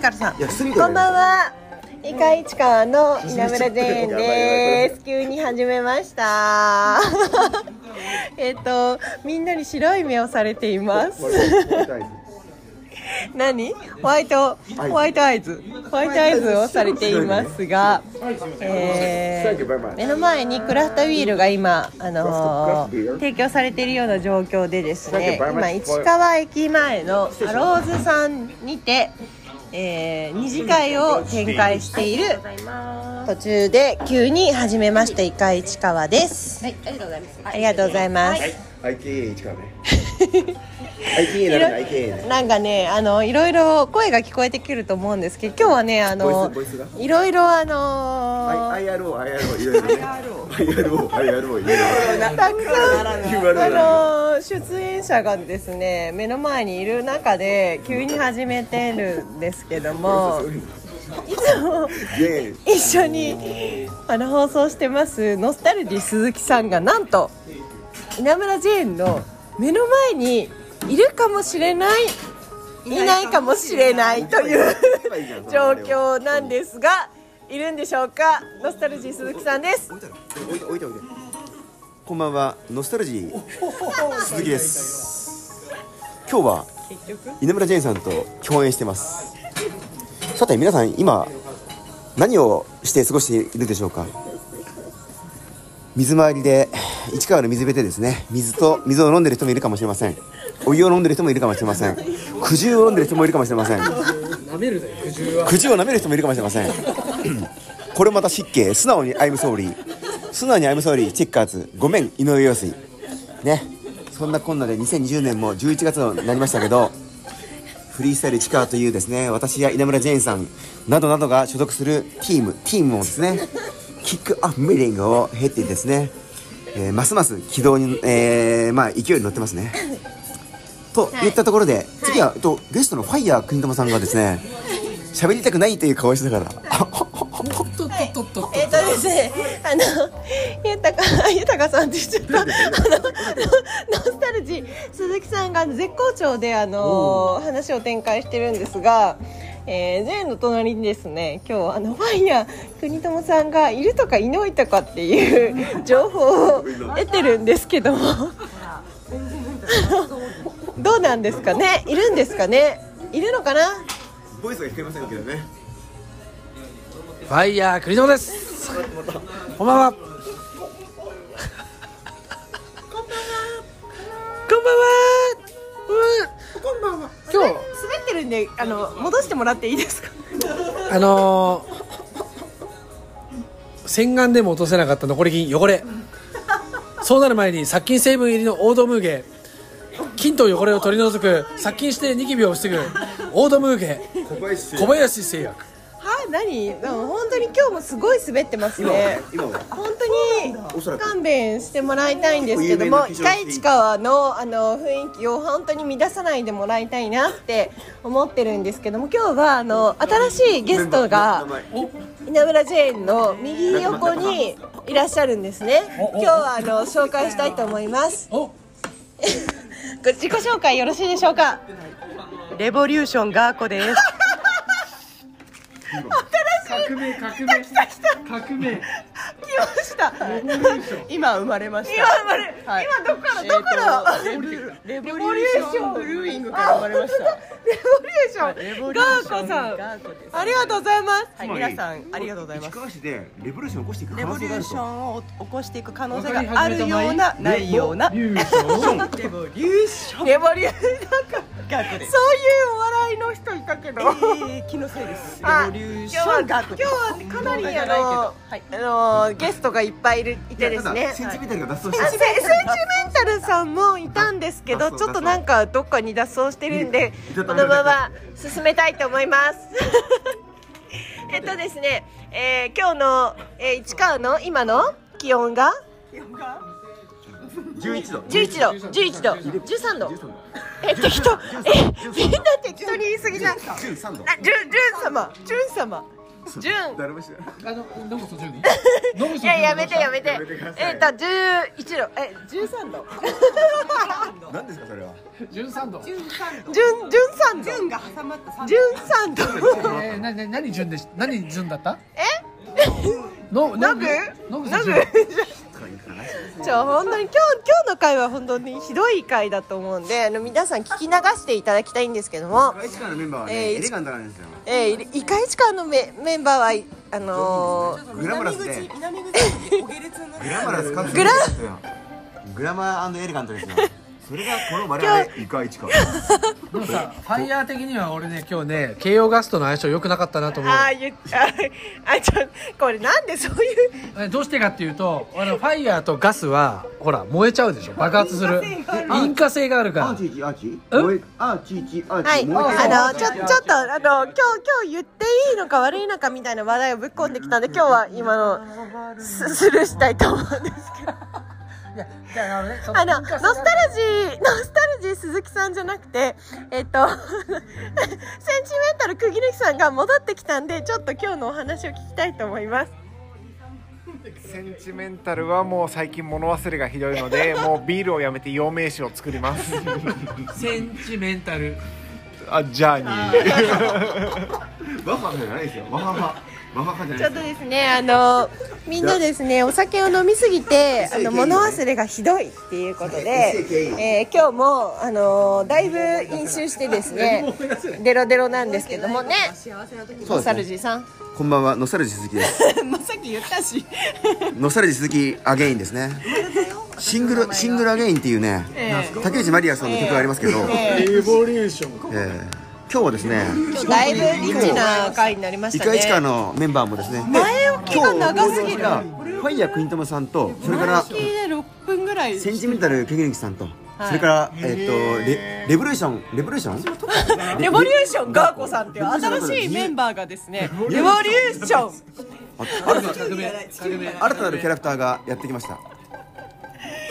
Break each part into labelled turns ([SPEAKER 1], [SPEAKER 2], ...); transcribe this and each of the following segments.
[SPEAKER 1] からさん
[SPEAKER 2] いや隅
[SPEAKER 1] こ
[SPEAKER 2] だ
[SPEAKER 1] ん
[SPEAKER 2] ね
[SPEAKER 1] ばんは。イカイチカの稲村善円 です。急に始めました。えっと、みんなに白い目をされています。何ホワイト、ホワイトアイズ。ホワイトアイズをされていますが、え
[SPEAKER 2] Thank you very much.
[SPEAKER 1] ー、目の前にクラフトビールが今、あの
[SPEAKER 2] クラフトビー
[SPEAKER 1] ー、
[SPEAKER 2] ル
[SPEAKER 1] 提供されているような状況でですね
[SPEAKER 2] Thank you very much
[SPEAKER 1] 今
[SPEAKER 2] for-
[SPEAKER 1] 市川駅前のアローズさんにて、えー、二次会を展開している途中で急に始めましたイカイチカワです
[SPEAKER 3] はい、ありがとうございます。
[SPEAKER 1] ありがとうございます、
[SPEAKER 2] IKA 近くね IKA だね IKA ね
[SPEAKER 1] なんかねあのいろいろ声が聞こえてくると思うんですけど今日はねあの
[SPEAKER 2] ボイスボイス
[SPEAKER 1] いろいろあの
[SPEAKER 2] IRO IRO いろいろね IRO IRO いろいろね
[SPEAKER 1] たくさん
[SPEAKER 2] 言われる
[SPEAKER 1] あの出演者がですね目の前にいる中で急に始めてるんですけど もいつも
[SPEAKER 2] イエーイ
[SPEAKER 1] 一緒にあの放送してますノスタルジー鈴木さんがなんと稲村ジェーンの目の前にいるかもしれないいないかもしれないという状況なんですがいるんでしょうかノスタルジー鈴木さんです
[SPEAKER 2] 置いて置いて置いてこんばんはノスタルジー鈴木です今日は稲村ジェーンさんと共演してますさて皆さん今何をして過ごしているでしょうか水回りで市川の水辺でですね水と水を飲んでる人もいるかもしれませんお湯を飲んでる人もいるかもしれません苦汁を飲んでる人もいるかもしれません苦汁を舐める人もいるかもしれませんこれまた失敬素直に「アイムソーリー」素直に「アイムソーリー」チェッカーズごめん井上陽水ねそんなこんなで2020年も11月になりましたけどフリースタイル市川というですね私や稲村ジェーンさんなどなどが所属するチームチームもですねキックアップミーティングを経てですね、えーますます軌道に、えーまあ、勢いに乗ってますねと言ったところで、次は、えっと、ゲストのファイヤー国友さんがですね喋りたくないという顔してたから
[SPEAKER 1] えっ、とですね、あの、ゆたか、ゆたかさんって言っちゃった。あの、ノスタルジー、鈴木さんが絶好調で、あの、話を展開してるんですが。えー、ジェーンの隣にですね今日あのファイヤー国友さんがいるとかいないとかって いう情報を得てるんですけどもどうなんですかねいるんですかねいるのかな
[SPEAKER 2] ボイスが聞こえませんけどね
[SPEAKER 4] ファイヤー栗友です。こんばんは。こんばんは。こんばんは。今
[SPEAKER 1] 滑ってるんであの戻してもらっていいですか
[SPEAKER 4] 日、あのー洗顔でも落とせなかった残り金汚れ。そうなる前に殺菌成分入りのオードムーゲ。菌と汚れを取り除く殺菌してニキビを防ぐオードムーゲ
[SPEAKER 2] 小林
[SPEAKER 4] 小林製薬
[SPEAKER 1] はい、何、でも本当に今日もすごい滑ってますね。
[SPEAKER 2] 今は
[SPEAKER 1] 本当に勘弁してもらいたいんですけど
[SPEAKER 2] お
[SPEAKER 1] も、
[SPEAKER 2] 有名な非
[SPEAKER 1] 一回
[SPEAKER 2] 常に
[SPEAKER 1] 一川のあの雰囲気を本当に乱さないでもらいたいなって思ってるんですけども、今日はあの新しいゲストが
[SPEAKER 2] 名前
[SPEAKER 1] 稲村ジェーンの右横にいらっしゃるんですね。今日はあの紹介したいと思います。
[SPEAKER 4] お
[SPEAKER 1] ご自己紹介よろしいでしょうか。レボリューションガーコです。
[SPEAKER 5] 革命革命来た来た革命
[SPEAKER 1] 来ました。
[SPEAKER 6] 今生まれました
[SPEAKER 1] 今生まれ今どこからどこから
[SPEAKER 6] えーとレボリューションブルーイングから生まれました
[SPEAKER 1] レボリューション。
[SPEAKER 6] レボリ
[SPEAKER 1] ガ
[SPEAKER 6] ューシ
[SPEAKER 1] ー
[SPEAKER 6] ョ
[SPEAKER 1] コ
[SPEAKER 6] ン
[SPEAKER 1] さ
[SPEAKER 6] ガ
[SPEAKER 1] ん。
[SPEAKER 6] ーコです
[SPEAKER 1] ありがとうございます。
[SPEAKER 6] はい皆さんありがとうございま
[SPEAKER 2] 市
[SPEAKER 6] す
[SPEAKER 2] 川市でレボリューションを起こしていく
[SPEAKER 6] レ
[SPEAKER 2] 可
[SPEAKER 6] ボ
[SPEAKER 2] 能
[SPEAKER 6] リ
[SPEAKER 2] 性
[SPEAKER 6] ュ
[SPEAKER 2] があ
[SPEAKER 6] ー
[SPEAKER 2] ると
[SPEAKER 6] ションを起こしていく可能性があるようなないようなレ
[SPEAKER 5] 優勝
[SPEAKER 6] ボリューション
[SPEAKER 1] レボリューション。なんか
[SPEAKER 6] ガーコです
[SPEAKER 1] そういうお笑いの人いたけど。
[SPEAKER 6] えー気のせいですレボリューションガーコ
[SPEAKER 1] 今日はかなりあの
[SPEAKER 6] はい
[SPEAKER 1] あのゲストがいっぱいいるいてですね。
[SPEAKER 2] センチメータルが脱走
[SPEAKER 1] あセ
[SPEAKER 2] し
[SPEAKER 1] センチメンタルさんもいたんですけど
[SPEAKER 2] 脱走
[SPEAKER 1] ちょっとなんかどっかに脱走してるんで
[SPEAKER 2] いい
[SPEAKER 1] こ
[SPEAKER 2] ね
[SPEAKER 1] のまま進めたいと思います えっとですね、えー今日の、えー市川の今の気温が
[SPEAKER 2] て11度
[SPEAKER 1] 11度11度13度え適当えみんな適当に言い過ぎじゃん
[SPEAKER 2] 13度
[SPEAKER 1] あ、ジュン、ジュン様、ジュン様、 10
[SPEAKER 2] 誰も知らない
[SPEAKER 5] あの、ノブソ順位。
[SPEAKER 1] いややめてや
[SPEAKER 5] め。
[SPEAKER 1] めて
[SPEAKER 2] やめてくださ
[SPEAKER 1] え
[SPEAKER 2] い
[SPEAKER 1] っと11度え十13度
[SPEAKER 2] 何ですかそれは
[SPEAKER 5] 順三度。
[SPEAKER 1] 純13度
[SPEAKER 6] 順が挟まった三
[SPEAKER 1] 13度
[SPEAKER 5] えー、なに、なに、何順でし、何順だった。
[SPEAKER 1] え
[SPEAKER 5] の、
[SPEAKER 1] ノ
[SPEAKER 5] ノ
[SPEAKER 1] ブ
[SPEAKER 5] ブ。ノブ
[SPEAKER 1] ノ
[SPEAKER 5] ソ
[SPEAKER 1] ブ
[SPEAKER 5] 順位。
[SPEAKER 1] ちょ本当に今日今日の回は本当にひどい回だと思うんであの皆さん聞き流していただきたいんですけども
[SPEAKER 2] 外資からのメンバーは
[SPEAKER 1] え
[SPEAKER 2] ね、
[SPEAKER 1] ー
[SPEAKER 2] エレガントなんですよ
[SPEAKER 1] えー、イカイチカのメメンバーはあのー
[SPEAKER 2] グラマラスで
[SPEAKER 6] 南口にお下劣になっ
[SPEAKER 2] グラマラスかつ
[SPEAKER 1] グラ
[SPEAKER 2] グラマーエレガントですよそれがこの我々イカイチか
[SPEAKER 5] でもさ、
[SPEAKER 4] ファイヤー的には俺ね今日ね慶応ガスとの相性良くなかったなと思う
[SPEAKER 1] ああ言っああちょこれなんでそういう
[SPEAKER 4] えどうしてかっていうとあのファイヤーとガスはほら燃えちゃうでしょ爆発する引火性がある
[SPEAKER 2] ア
[SPEAKER 4] から
[SPEAKER 2] ーチーチーアーチー
[SPEAKER 4] うん
[SPEAKER 2] もう一アーチーチーアーチー
[SPEAKER 1] はい、
[SPEAKER 2] もう一回
[SPEAKER 1] あのちょちょっとあの今日今日言っていいのか悪いのかみたいな話題をぶっ込んできたんで今日は今のススルーしたいと思うんですけど
[SPEAKER 5] いや、じゃあ、あのね、そ
[SPEAKER 1] あの
[SPEAKER 5] 引
[SPEAKER 1] ノ
[SPEAKER 5] 火
[SPEAKER 1] スタ
[SPEAKER 5] 性が
[SPEAKER 1] ル
[SPEAKER 5] ある
[SPEAKER 1] ジーノスタルジー鈴木さんじゃなくてえっと センチメンタル釘抜きさんが戻ってきたんでちょっと今日のお話を聞きたいと思います
[SPEAKER 3] センチメンタルはもう最近物忘れがひどいのでもうビールをやめて陽明酒を作ります
[SPEAKER 4] センチメンタル
[SPEAKER 3] あジャーニー
[SPEAKER 2] ワハハじゃないですよワハハワハハじゃ
[SPEAKER 1] ちょ
[SPEAKER 2] ない
[SPEAKER 1] っ
[SPEAKER 2] で
[SPEAKER 1] とで
[SPEAKER 2] すよ
[SPEAKER 1] すねあのみんなですねお酒を飲みすぎてあの物忘れがひどいっていうことで、えー今日もあのだいぶ飲酒してですねデロデロなんですけどもね
[SPEAKER 2] そう
[SPEAKER 1] サ
[SPEAKER 2] で
[SPEAKER 1] ル
[SPEAKER 2] すね
[SPEAKER 1] ジさん
[SPEAKER 2] こんばんはノスタルジー鈴木です
[SPEAKER 6] たもうさっき言っ たし
[SPEAKER 2] ノスタルジー鈴木アゲインですねシングルシングルアゲインっていうね、竹内まりやさんの曲がありますけど、
[SPEAKER 5] エボリューション。
[SPEAKER 2] えー今日はですね
[SPEAKER 1] 今日だいぶリッチな回になりまし
[SPEAKER 2] イ
[SPEAKER 1] た
[SPEAKER 2] カイチカ
[SPEAKER 1] ね
[SPEAKER 2] のメンバーもですね
[SPEAKER 1] 前置きが長すぎる
[SPEAKER 2] 今日ファイヤー国友さんとそれから
[SPEAKER 6] で六分ぐらい
[SPEAKER 2] センチメンタルケゲンキさんとそれからえっとレレボリューションレボリューション
[SPEAKER 6] レボリューションガーコさんっていう新しいメンバーがですねレボリューション
[SPEAKER 2] あ新たな新たなるキャラクターがやってきました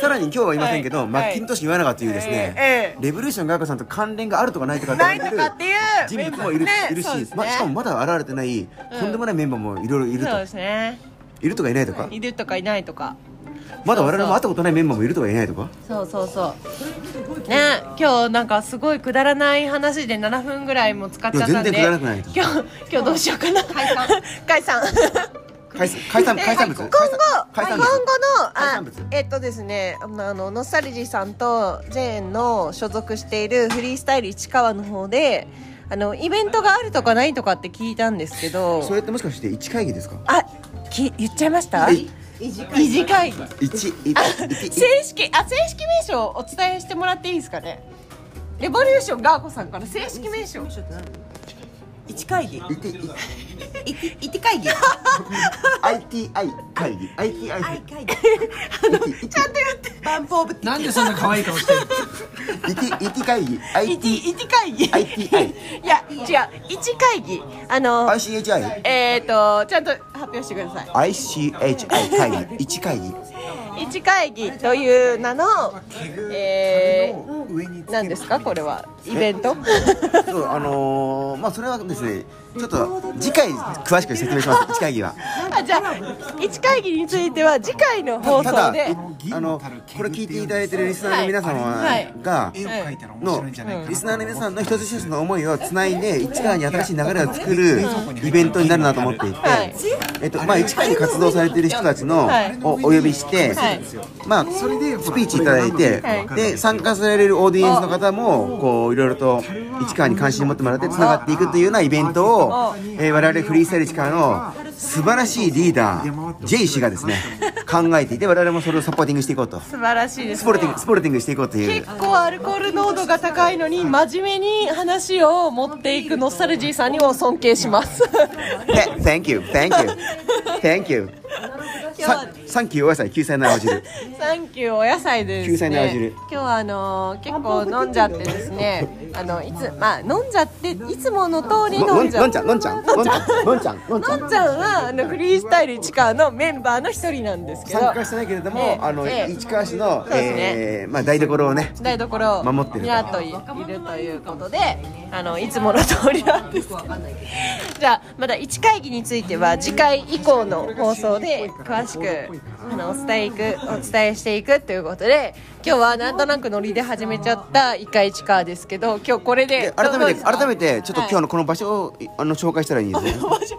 [SPEAKER 2] さらに今日は言いませんけど、
[SPEAKER 6] はい
[SPEAKER 2] マッキントッシュ岩永というですね、
[SPEAKER 6] えええ
[SPEAKER 2] レボリューションガーコさんと関連があるとかないとかって
[SPEAKER 6] な
[SPEAKER 2] 言
[SPEAKER 6] い
[SPEAKER 2] われ
[SPEAKER 6] と
[SPEAKER 2] て
[SPEAKER 6] か
[SPEAKER 2] る
[SPEAKER 6] っていう
[SPEAKER 2] 人
[SPEAKER 6] メン
[SPEAKER 2] 物
[SPEAKER 6] バ
[SPEAKER 2] も
[SPEAKER 6] ー
[SPEAKER 2] いる,、
[SPEAKER 6] ね
[SPEAKER 2] いるし、
[SPEAKER 6] そうですね
[SPEAKER 2] まあ、しかもまだ現れてない、とんでもないメンバーもいろいろいる
[SPEAKER 6] そう
[SPEAKER 2] と
[SPEAKER 6] ですね
[SPEAKER 2] いるとかいないとか
[SPEAKER 6] いるとかいないとか
[SPEAKER 2] まだ我々も会ったことないメンバーもいるとかいないとか
[SPEAKER 6] そうそうそうね今日なんかすごいくだらない話で7分ぐらいも使っちゃったんで
[SPEAKER 2] いや全然くだらなくない
[SPEAKER 6] 今日今日どうしようかな 解散
[SPEAKER 1] 解散
[SPEAKER 2] 解散解散解散物
[SPEAKER 1] 今後
[SPEAKER 2] 解
[SPEAKER 1] 今後の
[SPEAKER 2] 散物解
[SPEAKER 1] あ
[SPEAKER 2] 散物
[SPEAKER 1] えっとですねあのあのノスタルジーさんとジェーンの所属しているフリースタイル市川の方であのイベントがあるとかないとかって聞いたんですけど
[SPEAKER 2] それってもしかして一会議ですか
[SPEAKER 1] あき言っちゃいました
[SPEAKER 2] え
[SPEAKER 1] 維持会議
[SPEAKER 2] 一一一一
[SPEAKER 1] 正式あ正式名称をお伝えしてもらっていいですかねレボリューションガーコさんから正式名称
[SPEAKER 6] 一会議
[SPEAKER 2] 一一
[SPEAKER 6] 一一会議
[SPEAKER 2] ITI 会議 ITI 会議ちゃん
[SPEAKER 6] バンプオブ
[SPEAKER 4] なんでそんな可愛い 顔してる
[SPEAKER 2] と一会議
[SPEAKER 1] 一一会議
[SPEAKER 2] ITI
[SPEAKER 1] いや違う一会議あの
[SPEAKER 2] ICHI
[SPEAKER 1] えっ、ー、とちゃんと発表してください
[SPEAKER 2] ICHI 会議一会議
[SPEAKER 1] 一会議という名の、えー、何ですかこれはイベ ント
[SPEAKER 2] そうあのー、まあそれはですねちょっと次回詳しく説明します一会議は
[SPEAKER 1] あじゃあ一会議については次回の放
[SPEAKER 2] ただ
[SPEAKER 1] 送で
[SPEAKER 2] あのこれ聞いていただいてるリスナーの皆様
[SPEAKER 1] はい
[SPEAKER 2] が
[SPEAKER 7] 絵を描いたら面
[SPEAKER 2] の
[SPEAKER 7] 白いんじゃないかな
[SPEAKER 2] リスナーの皆さんの一つ一つの思いをつないで市川に新しい流れを作るイベントになるなと思っていて、
[SPEAKER 1] はい
[SPEAKER 2] えっとまあ、市川に活動されている人たちの、
[SPEAKER 1] はい
[SPEAKER 2] をお呼びして、
[SPEAKER 1] はい
[SPEAKER 2] まあ、それでスピーチいただいて、
[SPEAKER 1] はい
[SPEAKER 2] で参加されるオーディエンスの方もこういろいろと市川に関心を持ってもらってつながっていくというようなイベントを、えー我々フリースタイル市川の素晴らしいリーダー J 氏がですね考えていて我々もそれをサポーティングしていこうと。
[SPEAKER 1] 素晴らしいで
[SPEAKER 2] ス
[SPEAKER 1] す
[SPEAKER 2] ポルティングスポルティングしていこうという
[SPEAKER 1] 結構アルコール濃度が高いのに真面目に話を持っていくノスタルジーさんにも尊敬します
[SPEAKER 2] Th- Thank you, thank you, thank you さサンキューお野菜救済の青汁
[SPEAKER 1] サンキューお野菜で
[SPEAKER 2] 救
[SPEAKER 1] す
[SPEAKER 2] 済の青汁
[SPEAKER 1] ね。今日はあのー結構飲んじゃってですね、あのいつまあ飲んじゃっていつもの通り
[SPEAKER 2] の
[SPEAKER 1] 飲
[SPEAKER 2] の
[SPEAKER 1] ん
[SPEAKER 2] ん
[SPEAKER 1] じ
[SPEAKER 2] ち
[SPEAKER 1] ゃ
[SPEAKER 2] ゃ
[SPEAKER 1] うん
[SPEAKER 2] のんちゃんのんちゃんのんちゃんのんちゃ
[SPEAKER 1] の
[SPEAKER 2] ん
[SPEAKER 1] んちゃんはあのフリースタイル市川のメンバーの一人なんですけど
[SPEAKER 2] 参加してないけれども、
[SPEAKER 1] ええ
[SPEAKER 2] あの、
[SPEAKER 1] ええ
[SPEAKER 2] 市川市の、
[SPEAKER 1] そうですね
[SPEAKER 2] えーまあ台所をね
[SPEAKER 1] 台所を
[SPEAKER 2] 守ってる
[SPEAKER 1] にゃっといいるということであのいつもの通りなんですけ どじゃあまだ1会議については次回以降の放送で詳しくあのお伝えいくお伝えしていくということで今日はなんとなくノリで始めちゃった1回1カーですけど今日これで
[SPEAKER 2] で改めて改め
[SPEAKER 1] て
[SPEAKER 2] てちょっと今日のこの場所をあの紹介したらいいですね
[SPEAKER 1] 場所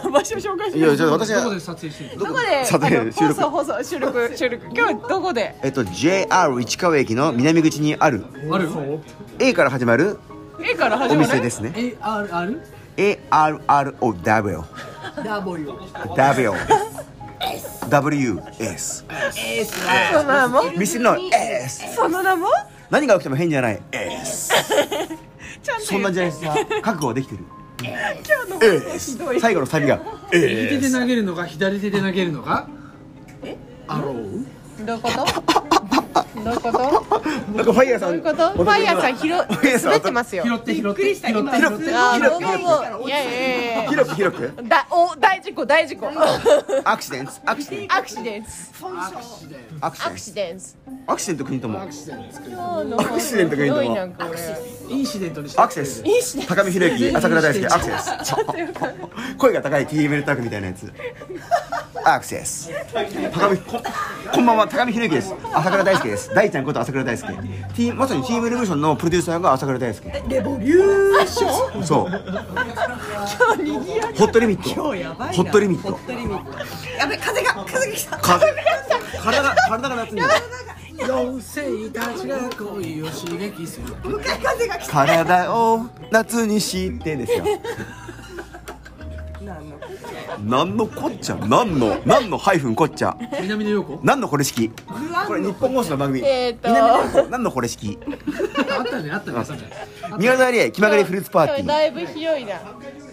[SPEAKER 1] あの場所紹介し
[SPEAKER 2] い
[SPEAKER 1] ま
[SPEAKER 2] や
[SPEAKER 1] す
[SPEAKER 2] ちょっと私
[SPEAKER 5] こで
[SPEAKER 2] は
[SPEAKER 5] 撮影してる
[SPEAKER 1] どこで
[SPEAKER 2] さて
[SPEAKER 1] あの
[SPEAKER 2] 収
[SPEAKER 1] 放
[SPEAKER 2] 録
[SPEAKER 1] 送放送収録収録今日どこで
[SPEAKER 2] えっと JR 市川駅の南口にある
[SPEAKER 5] ある
[SPEAKER 2] A から始まる
[SPEAKER 1] A から
[SPEAKER 2] お
[SPEAKER 1] 始ま
[SPEAKER 2] 店で
[SPEAKER 1] る
[SPEAKER 2] すね
[SPEAKER 5] ARR?
[SPEAKER 2] ARROW
[SPEAKER 5] W
[SPEAKER 2] W W S
[SPEAKER 1] その名も
[SPEAKER 2] 店の S
[SPEAKER 1] その名も
[SPEAKER 2] 何が起きても変じゃない S
[SPEAKER 1] ちゃんと
[SPEAKER 2] そ
[SPEAKER 1] 言
[SPEAKER 2] んな
[SPEAKER 1] っ
[SPEAKER 2] 時代さ覚悟はできて る
[SPEAKER 1] てひどい
[SPEAKER 2] 最後の サビが
[SPEAKER 5] 右手で投げるのか左手で投げるのかアロー
[SPEAKER 1] どういう こと？どういうこと？
[SPEAKER 2] なんかファイヤーさん
[SPEAKER 1] どういうこと？ファイヤーさん
[SPEAKER 2] ファイヤー
[SPEAKER 1] 広
[SPEAKER 2] さん
[SPEAKER 1] 滑ってますよ。
[SPEAKER 5] 拾って拾って拾って拾って
[SPEAKER 2] 拾って
[SPEAKER 1] あー、ど
[SPEAKER 2] 広く
[SPEAKER 1] うもどうも。いやいやいやいや。
[SPEAKER 2] 広く広く
[SPEAKER 1] だお大事故大事故。
[SPEAKER 2] アクシデントアクシデン ト
[SPEAKER 1] アクシデンス
[SPEAKER 2] アクシ
[SPEAKER 1] ア
[SPEAKER 2] デ
[SPEAKER 1] ク
[SPEAKER 2] ント
[SPEAKER 1] シデンス。
[SPEAKER 2] アクシデント国ともア
[SPEAKER 1] ア
[SPEAKER 2] クシデントがいいの
[SPEAKER 1] ひどいなこれ。
[SPEAKER 5] インシデントにして
[SPEAKER 2] クセス高見宏之朝倉大輔アクセス声が高い TM タークみたいなやつアクセス高見ここんばんは高見宏之です朝倉大輔です大ちゃんこと朝倉大輔 T まさに TM レボリューションのプロデューサーが朝倉大輔レボリューションそうホットリミットホットリミット
[SPEAKER 7] やべ風が風が来た
[SPEAKER 2] か体が体が夏に
[SPEAKER 5] 妖精たちが恋を刺激する
[SPEAKER 7] 向かい風が来た
[SPEAKER 2] 体を夏にしてですよ何のこっちゃ何の何のハイフンこっちゃ
[SPEAKER 5] 南の陽子
[SPEAKER 2] 何のこれ式これ日本放送の番組
[SPEAKER 1] えーっと
[SPEAKER 2] 南の何のこれ式
[SPEAKER 5] あったねあったね朝香
[SPEAKER 2] 宮沢りえ気まぐれフルーツパーテ
[SPEAKER 1] 今日
[SPEAKER 2] ィー
[SPEAKER 1] だいぶ広いな。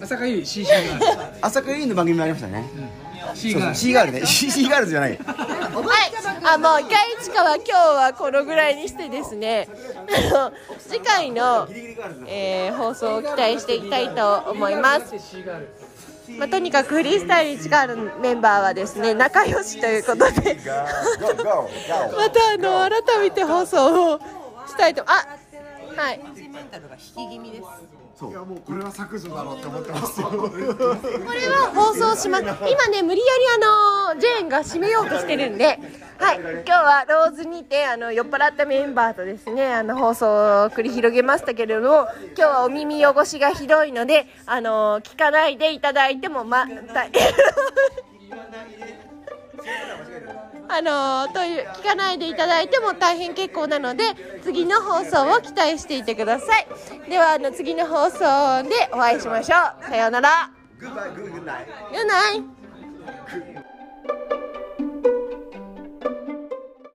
[SPEAKER 5] 朝香ゆい CC ガー
[SPEAKER 2] 朝倉優の番組もありましたね
[SPEAKER 5] ル C
[SPEAKER 2] そうそ
[SPEAKER 5] ガ
[SPEAKER 2] う
[SPEAKER 5] ー
[SPEAKER 2] C ガールね C ガールズじゃない
[SPEAKER 1] はい、あもう一回市川今日はこのぐらいにしてですね あの次回の、えー放送を期待していきたいと思います、まあ、とにかくフリースタイル市川のメンバーはですね仲良しということで またあの改めて放送をしたいとあはい
[SPEAKER 3] いやもうこれは削除だろうって思ってますよ
[SPEAKER 1] これは放送します今ね無理やりあのジェーンが締めようとしてるんではい今日はローズにてあの酔っ払ったメンバーとですねあの放送を繰り広げましたけれども今日はお耳汚しがひどいのであの聞かないでいただいてもまた あのという聞かないでいただいても大変結構なので次の放送を期待していてくださいではあの次の放送でお会いしましょうさようなら Good night.